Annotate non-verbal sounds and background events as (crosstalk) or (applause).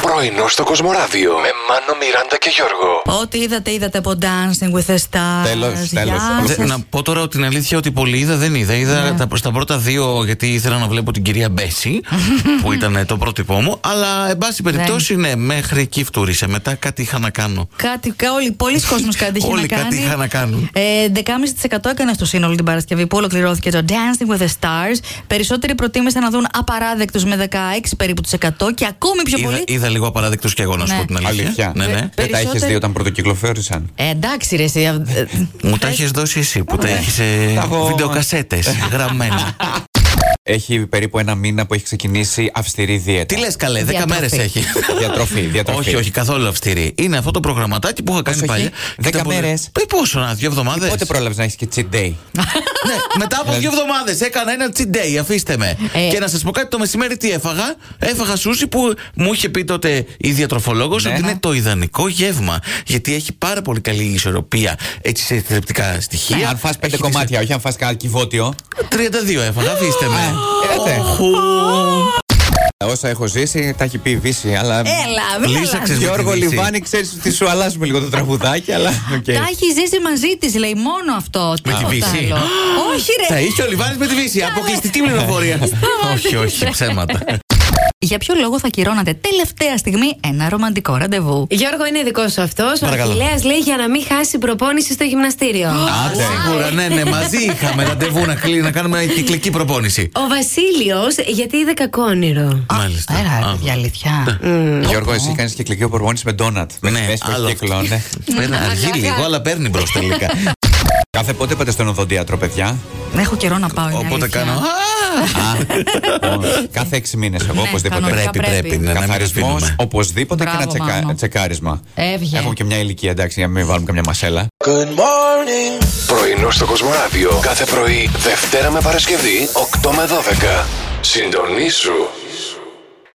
Πρωινό στο Κοσμοράδιο με Μάνο, Μιράντα και Γιώργο. Ό,τι είδατε, είδατε από Dancing with the Stars. Ναι. Τέλος, τέλος. Γεια σας. Δε- να πω τώρα την αλήθεια ότι πολύ είδα δεν είδα. Είδα Ναι. τα, προς τα πρώτα δύο γιατί ήθελα να βλέπω την κυρία (laughs) Μπέση που ήταν ε, το πρότυπό μου. Αλλά εν πάση περιπτώσει ναι, μέχρι εκεί φτούρισε. Μετά κάτι είχα να κάνω. Κάτι, κα- όλοι, πολλοί κόσμοι κάτι είχε Όλοι να κάτι κάνει. είχαν να κάνουν. Ε, 11,5% έκανε στο σύνολο την Παρασκευή που ολοκληρώθηκε το Dancing with the Stars. Περισσότεροι προτίμησαν να δουν απαράδεκτους με 16 περίπου τους 100 και ακόμη πιο Είδα, πολύ. είδα λίγο απαράδεκτος και εγώ να σου Ναι. πω την αλήθεια. Αλήθεια. Ναι, ναι. Δεν Ε, τα είχε Περισσότερο- δει όταν πρωτοκυκλοφόρησαν. Ε, εντάξει, ρε. εσύ, ε, ε, Ναι. Μου τα έχεις δώσει εσύ που τα έχεις ε, Τα έχω- βιντεοκασέτες (laughs) γραμμένα. Έχει περίπου ένα μήνα που έχει ξεκινήσει αυστηρή δίαιτα. Τι λες, καλέ, 10 μέρε Διατροφή. έχει. Διατροφή, διατροφή. Όχι, όχι, καθόλου αυστηρή. Είναι αυτό το προγραμματάκι που είχα κάνει Πόσο παλιά. έχει? Δέκα Ήταν πολύ- μέρες. Ε, Πόσο να, δύο εβδομάδες. Πότε πρόλαβες να έχεις και cheat day. ναι, μετά από δύο εβδομάδες έκανα ένα cheat day, αφήστε με. Ε. Και να σας πω κάτι, το μεσημέρι τι έφαγα. Έφαγα σούσι που μου είχε πει τότε η διατροφολόγος Ναι. ότι είναι το ιδανικό γεύμα. Γιατί έχει πάρα πολύ καλή ισορροπία έτσι, σε θρεπτικά στοιχεία. Αν φας πέντε Έχει τις- κομμάτια, όχι αν φας κάτι κυβότιο. 32 έφαγα, αφήστε με. Είδατε. Οχου. Όσα έχω ζήσει, τα έχει πει η Βύση, αλλά. Έλα, μην Λύσαξες αλλάζεις. με τη Γιώργο Βύση. Λιβάνη, ξέρεις ότι σου αλλάζουμε λίγο το τραγουδάκι, αλλά. οκ. Τα έχει ζήσει μαζί της, λέει μόνο αυτό. Με τη Τίποτα Βύση. (gasps) άλλο. Όχι, Ε. Τα ρε. είχε ο Λιβάνης με τη Βύση. Αποκλειστική Ε. πληροφορία. όχι, όχι, ψέματα. Για ποιο λόγο θα κυρώνατε τελευταία στιγμή ένα ρομαντικό ραντεβού. Γιώργο είναι δικό σου αυτός. Ο Παρακαλώ. Αχιλέα λέει για να μην χάσει προπόνηση στο γυμναστήριο. Άντε. Σίγουρα, ναι, ναι, μαζί είχαμε ραντεβού να, κλεί- να κάνουμε μια κυκλική προπόνηση. Ο Βασίλειος γιατί είδε κακό όνειρο. Μάλιστα. Έλα, Α. ρε, παιδιά, αλήθεια. Γιώργο, εσύ κάνεις κυκλική προπόνηση με ντόνατ. Με Ναι, μέση άλλο. κύκλο, ναι. Παίρνει αργή λίγο, αλλά παίρνει μπρος τελικά. Κάθε πότε πάτε στον οδοντίατρο, παιδιά. Έχω καιρό να πάω. είναι Οπότε αλήθεια. κάνω. «Α, Α, ω, Κάθε έξι μήνες, εγώ οπωσδήποτε. κανονικά. Πρέπει, πρέπει. πρέπει. ναι, Να μην Καθαρισμός, ρεσπίνουμε. οπωσδήποτε και Μπράβο, ένα τσεκα- Μάνο. τσεκάρισμα. Έβγε. Έχουμε και μια ηλικία, εντάξει, για να μην βάλουμε καμιά μασέλα. Πρωινό στο Κοσμοράδιο κάθε πρωί, Δευτέρα με Παρασκευή, 8 με 12. Συντονίσου.